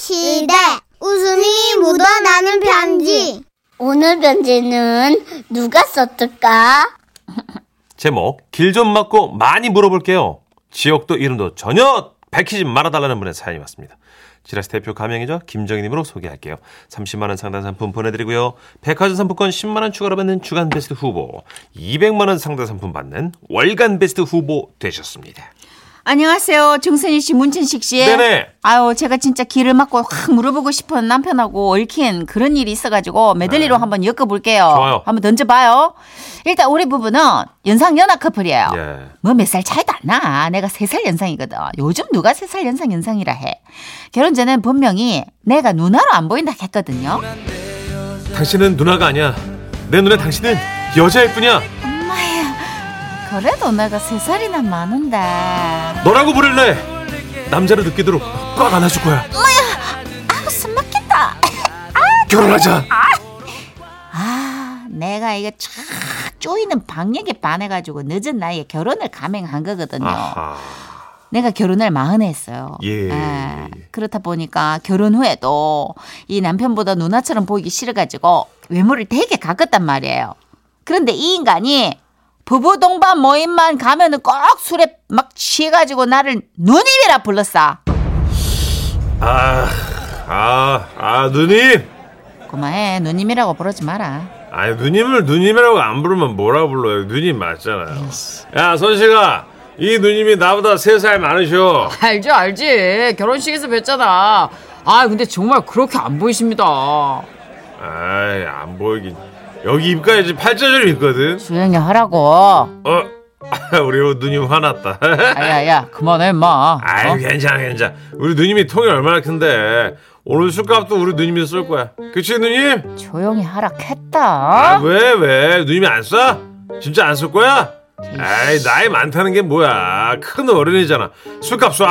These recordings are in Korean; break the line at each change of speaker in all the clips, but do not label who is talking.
시대 웃음이 묻어나는 편지
오늘 편지는 누가 썼을까?
제목 길 좀 막고 많이 물어볼게요. 지역도 이름도 전혀 밝히지 말아달라는 분의 사연이 왔습니다. 지라스 대표 가명이죠. 김정희님으로 소개할게요. 30만 원 상당 상품 보내드리고요. 백화점 상품권 10만 원 추가로 받는 주간 베스트 후보, 200만 원 상당 상품 받는 월간 베스트 후보 되셨습니다.
안녕하세요. 정선희 씨, 문진식 씨.
네네.
아유, 제가 진짜 길을 막고 확 물어보고 싶은 남편하고 얽힌 그런 일이 있어가지고 메들리로 한번 엮어볼게요.
네. 좋아요.
한번 던져봐요. 일단 우리 부부는 연상연하 커플이에요.
예.
뭐 몇 살 차이도 안 나. 내가 세 살 연상이거든. 요즘 누가 세 살 연상 연상이라 해. 결혼 전엔 분명히 내가 누나로 안 보인다 했거든요.
당신은 누나가 아니야. 내 눈에 당신은 여자일 뿐이야.
그래도 내가 세 살이나 많은데. 아,
너라고 부를래. 남자로 느끼도록 꽉 안아줄 거야.
아우, 숨 막힌다.
결혼하자.
아, 내가 이게 쫙 쪼이는 방역에 반해가지고 늦은 나이에 결혼을 감행한 거거든요.
아하.
내가 결혼을 마흔에 했어요.
예.
그렇다 보니까 결혼 후에도 이 남편보다 누나처럼 보이기 싫어가지고 외모를 되게 가꿨단 말이에요. 그런데 이 인간이 부부 동반 모임만 가면은 꼭 술에 막 취해가지고 나를 누님이라 불렀어.
아, 아, 아, 누님.
그만해 누님이라고 부르지 마라.
아니 누님을 누님이라고 안 부르면 뭐라 불러요? 누님 맞잖아요. 야 선씨가 이 누님이 나보다 세 살 많으셔.
알지 알지 결혼식에서 뵀잖아 아 근데 정말 그렇게 안 보이십니다
아이 안 보이긴. 여기 입가에 지금 팔자절이 있거든.
조용히 하라고.
어 우리 누님 화났다.
야야야 그만해 임마
아이
어?
괜찮아 괜찮아. 우리 누님이 통이 얼마나 큰데 오늘 술값도 우리 누님이 쏠 거야. 그치 누님?
조용히 하라 했다.
아 왜 왜? 누님이 안 쏴? 진짜 안 쏠 거야? 아이 나이 많다는 게 뭐야? 큰 어른이잖아. 술값 쏴.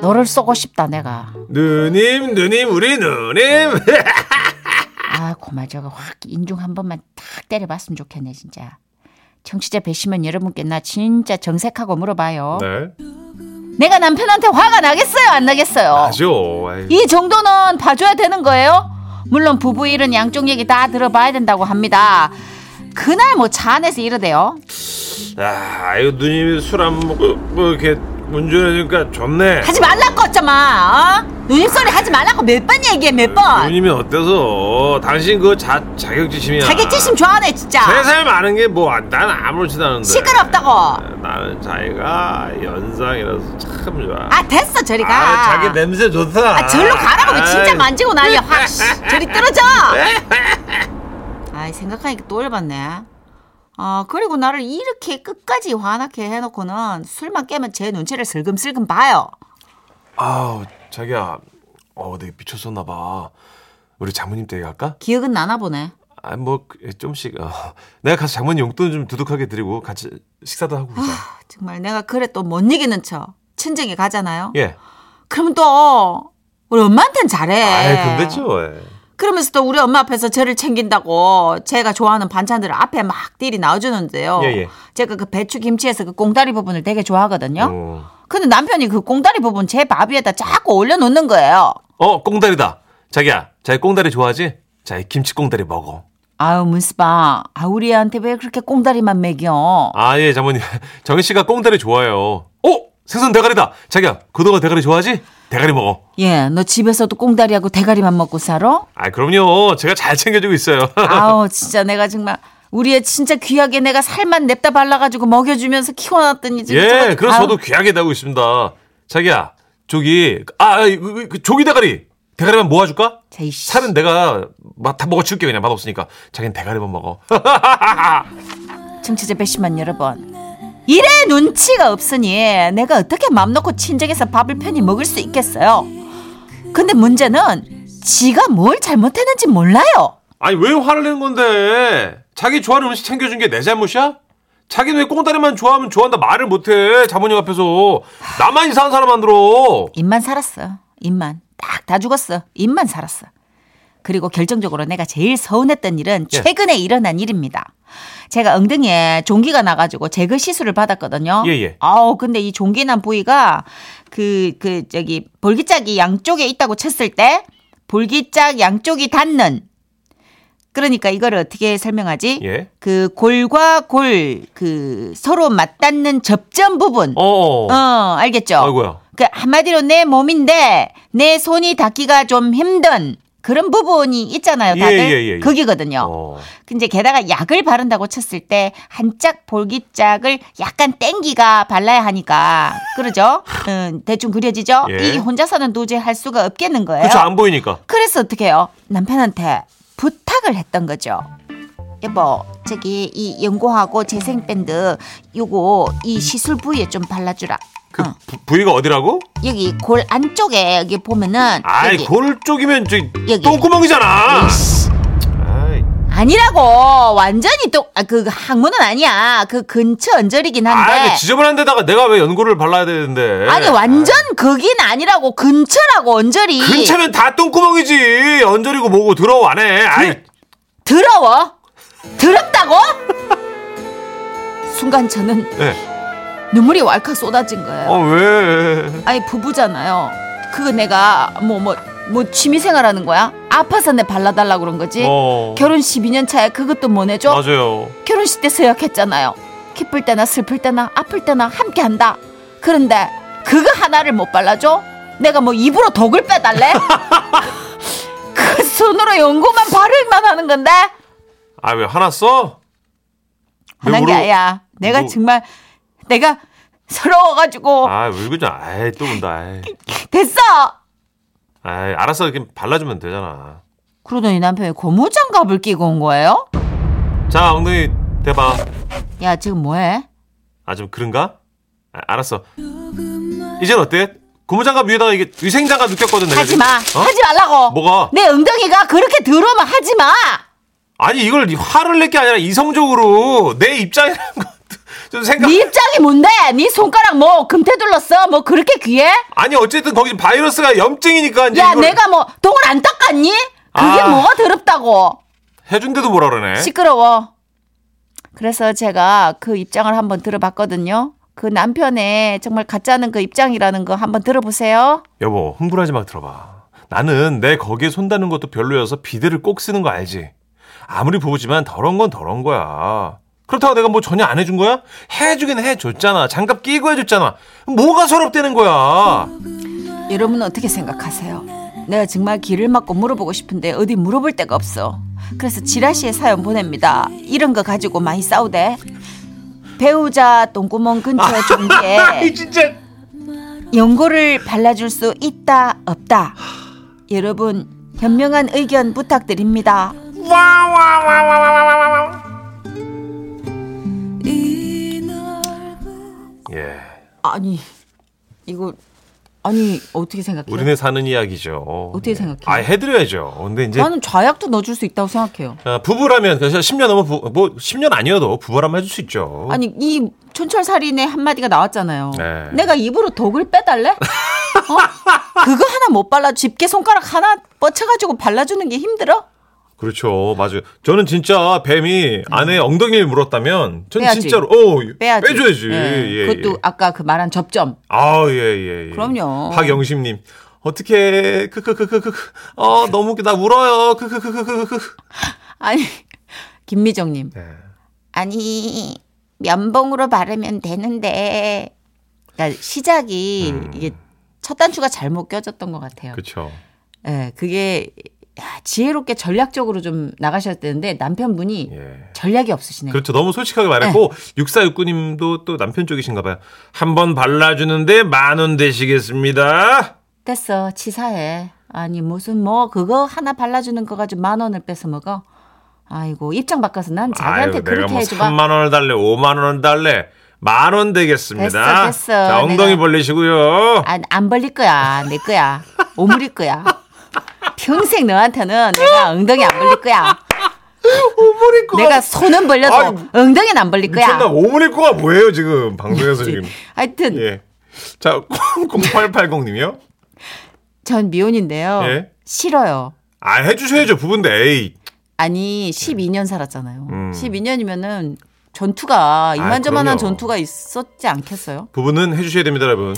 너를 쏘고 싶다 내가.
누님 누님 우리 누님
아 고마 저거 확 인중 한 번만 탁 때려봤으면 좋겠네 진짜. 청취자 배시면 여러분께 나 진짜 정색하고 물어봐요.
네
내가 남편한테 화가 나겠어요 안 나겠어요?
아죠 아이.
이 정도는 봐줘야 되는 거예요? 물론 부부 일은 양쪽 얘기 다 들어봐야 된다고 합니다. 그날 뭐 차 안에서 이러대요.
아 아유 누님이 술 안 먹고 뭐 이렇게 운전해주니까 좋네
하지 말라고 어쩌마. 어? 누님 소리 하지 말라고 몇 번 얘기해 몇 번.
누님이 어때서 당신 그거 자, 자격지심이야
자격지심 좋아하네 진짜.
세살 많은 게 뭐 난 아무렇지도 않은데
시끄럽다고.
나는 자기가 연상이라서 참 좋아
아 됐어 저리 가.
아, 자기 냄새 좋다
아, 절로 가라고 진짜
아이,
만지고 난리야 확 씨, 저리 떨어져. 아이 생각하니까 또 열받네. 아 그리고 나를 이렇게 끝까지 화나게 해놓고는 술만 깨면 제 눈치를 슬금슬금 봐요.
아우 자기야 어 내가 미쳤었나 봐 우리 장모님 댁에 갈까?
기억은 나나 보네.
아 뭐 좀씩 어. 내가 가서 장모님 용돈 좀 두둑하게 드리고 같이 식사도 하고 그러자.
아. 정말 내가 그래 또 못 이기는 척 친정에 가잖아요.
예.
그럼 또 우리 엄마한텐 잘해.
아 근데 죠. 예.
그러면서 또 우리 엄마 앞에서 저를 챙긴다고 제가 좋아하는 반찬들을 앞에 막 띠리 나와주는데요.
예, 예.
제가 그 배추 김치에서 그 꽁다리 부분을 되게 좋아하거든요.
어.
근데 남편이 그 꽁다리 부분 제 밥 위에다 자꾸 올려놓는 거예요.
어 꽁다리다. 자기야, 자기 꽁다리 좋아하지? 자기 김치 꽁다리 먹어.
아유 문스바, 아 우리 애한테 왜 그렇게 꽁다리만 먹여?
아 예, 장모님. 정희 씨가 꽁다리 좋아해요. 오 생선 대가리다. 자기야, 고등어 대가리 좋아하지? 대가리 먹어.
예, 너 집에서도 꽁다리하고 대가리만 먹고 살아?
아 그럼요. 제가 잘 챙겨주고 있어요.
아우 진짜 내가 정말 우리 애 진짜 귀하게 내가 살만 냅다 발라가지고 먹여주면서 키워놨더니 지금
예,
저거-
그래서
아우,
저도 귀하게 나고 있습니다. 자기야, 조기, 아, 아, 그, 그 조기 대가리. 대가리만 모아줄까?
제이 씨.
살은 내가 막 다 먹어치울게 그냥 맛없으니까 자기는 대가리만 먹어
청취자 배심만 여러분 이래 눈치가 없으니 내가 어떻게 맘 놓고 친정에서 밥을 편히 먹을 수 있겠어요 근데 문제는 지가 뭘 잘못했는지 몰라요
아니 왜 화를 내는 건데 자기 좋아하는 음식 챙겨준 게 내 잘못이야? 자기는 왜 꽁다리만 좋아하면 좋아한다 말을 못해 자모님 앞에서 나만 이상한 사람 만들어
입만 살았어 입만 딱 다 죽었어 입만 살았어 그리고 결정적으로 내가 제일 서운했던 일은
예.
최근에 일어난 일입니다 제가 엉덩이에 종기가 나가지고 제거 시술을 받았거든요
예, 예.
아우 근데 이 종기 난 부위가 그, 그, 저기, 볼기짝이 양쪽에 있다고 쳤을 때, 볼기짝 양쪽이 닿는, 그러니까 이거를 어떻게 설명하지?
예.
그 골과 골, 그, 서로 맞닿는 접점 부분.
어. 어.
어, 알겠죠?
아이고야.
그 한마디로 내 몸인데 내 손이 닿기가 좀 힘든 그런 부분이 있잖아요,
예,
다들.
예, 예, 예.
거기거든요.
어.
근데 게다가 약을 바른다고 쳤을 때 한짝 볼기짝을 약간 땡기가 발라야 하니까 그러죠? 음, 대충 그려지죠?
예.
이 혼자서는 도저히 할 수가 없겠는 거예요.
그쵸 안 보이니까.
그래서 어떻게 해요? 남편한테 부탁을 했던 거죠. 여보, 저기 이 연고하고 재생밴드 요거 이 시술 부위에 좀 발라주라.
그
어.
부, 부위가 어디라고?
여기 골 안쪽에 여기 보면은
아이
여기.
골 쪽이면 저기
여기.
똥구멍이잖아. 아이,
아니라고 완전히 또 그 항문은 아니야 그 근처 언저리긴 한데
아이 그 지저분한 예. 데다가 내가 왜 연고를 발라야 되는데?
아니 완전 거긴 아니라고 근처라고 언저리
근처면 다 똥구멍이지. 언저리고 뭐고 들어와네.
그
아이
더러워 더럽다고 순간 저는
예.
눈물이 왈칵 쏟아진 거예요
어 왜?
아니 부부잖아요 그거 내가 뭐 뭐 뭐 취미생활하는 거야 아파서 내 발라달라 그런 거지
어.
결혼 12년 차에 그것도 못 해줘
맞아요.
결혼식 때 서약했잖아요. 기쁠 때나 슬플 때나 아플 때나 함께 한다. 그런데 그거 하나를 못 발라줘? 내가 뭐 입으로 독을 빼달래? 그 손으로 연고만 바르기만 하는 건데
아 왜 하나 써? 왜
하는 게
울어?
아야. 내가
뭐-
정말 내가 서러워가지고
아 울고 좀 아이 또 운다. 아이,
됐어.
아이 알아서 이렇게 발라주면 되잖아.
그러더니 남편이 고무장갑을 끼고 온 거예요.
자 엉덩이 대봐.
야 지금 뭐해?
아 좀 그런가? 아, 알았어. 이젠 어때? 고무장갑 위에다가 이게 위생장갑 느꼈거든. 내가
하지
지금.
마.
어?
하지 말라고.
뭐가?
내 엉덩이가 그렇게 더러면 하지 마.
아니 이걸 화를 낼 게 아니라 이성적으로 내 입장이라는 것좀 생각.
네 입장이 뭔데? 네 손가락 뭐 금태 둘렀어? 뭐 그렇게 귀해?
아니 어쨌든 거기 바이러스가 염증이니까 이제
야
이걸
내가 뭐 똥을 안 닦았니? 그게
아.
뭐가 더럽다고?
해준데도 뭐라 그러네.
시끄러워. 그래서 제가 그 입장을 한번 들어봤거든요. 그 남편의 정말 가짜는 그 입장이라는 거 한번 들어보세요.
여보 흥분하지 마 들어봐. 나는 내 거기에 손다는 것도 별로여서 비데를 꼭 쓰는 거 알지? 아무리 부부지만 더러운 건 더러운 거야. 그렇다고 내가 뭐 전혀 안 해준 거야? 해주긴 해줬잖아. 장갑 끼고 해줬잖아. 뭐가 서럽대는 거야?
여러분은 어떻게 생각하세요? 내가 정말 길을 막고 물어보고 싶은데 어디 물어볼 데가 없어. 그래서 지라시에 사연 보냅니다. 이런 거 가지고 많이 싸우대. 배우자 똥구멍 근처 종기에
아, 아이 진짜.
연고를 발라줄 수 있다 없다. 여러분 현명한 의견 부탁드립니다.
예.
아니 이거 아니 어떻게 생각해?
우리네 사는 이야기죠.
어떻게 생각해요?
아 해드려야죠. 근데 이제
나는 좌약도 넣어줄 수 있다고 생각해요.
아, 부부라면 그래서 10년 넘어 부, 뭐 10년 아니어도 부부라면 해줄 수 있죠.
아니 이 촌철살인의 한마디가 나왔잖아요.
어? 네.
내가 입으로 독을 빼달래? 어? 그거 하나 못 발라 집게 손가락 하나 뻗쳐가지고 발라주는 게 힘들어?
그렇죠. 맞아요. 저는 진짜 뱀이 아내 엉덩이를 물었다면 전
음. 빼야지.
진짜로 어
빼야지.
줘야지
예, 그것도 아까 그 말한 접점.
아, 예, 예, 예.
그럼요.
박영심 님. 어떻게 크크크크크 어 너무 웃겨 나 울어요. 크크크크크크.
아니 김미정님.
네.
아니, 면봉으로 바르면 되는데.
그러니까 시작이 이게 첫 단추가 잘못 껴졌던 것
음.
같아요.
그렇죠.
예, 그게 야, 지혜롭게 전략적으로 좀 나가셔야 되는데 남편분이
예.
전략이 없으시네요. 네.
그렇죠. 너무 솔직하게 말했고 6469 님도 또 남편 쪽이신가 봐요. 한 번 발라 주는데 만 원 되시겠습니다.
됐어, 치사해. 아니 무슨 뭐 그거 하나 발라주는 거 가지고 만 원을 뺏어 먹어. 아이고 입장 바꿔서 난 자기한테
아유, 내가
그렇게
뭐
해줘봐.
3만 원을 달래, 5만 원을 달래. 만 원 되겠습니다.
됐어, 됐어.
자, 엉덩이
내가-
벌리시고요.
안, 안 벌릴 거야, 내 거야, 오므릴 거야. 평생 너한테는 내가 엉덩이 안 벌릴 거야.
오므릴 거가
내가 손은 벌려도
아유,
엉덩이는 안 벌릴 그 거야.
미쳤나 예. 오므릴 거가 뭐예요 지금 방송에서 지금
하여튼
예자 0880님이요
전 미혼인데요.
예.
싫어요.
아 해주셔야죠 부부인데 에이
아니 12년 살았잖아요.
음. 아,
12년이면은 전투가
그럼요.
이만저만한 전투가 있었지 않겠어요?
부부는 해주셔야 됩니다 여러분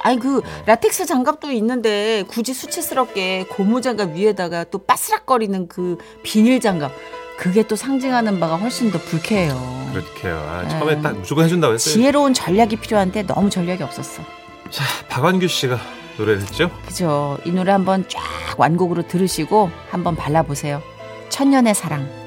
아니 그 라텍스 장갑도 있는데 굳이 수치스럽게 고무 장갑 위에다가 또 빠스락거리는 그 비닐 장갑 그게 또 상징하는 바가 훨씬 더 불쾌해요.
그렇게요. 아, 처음에 딱 무조건 해준다고 했어요.
지혜로운 전략이 필요한데 너무 전략이 없었어.
자, 박완규 씨가 노래를 했죠.
그죠? 이 노래 한번 쫙 완곡으로 들으시고 한번 발라보세요. 천년의 사랑.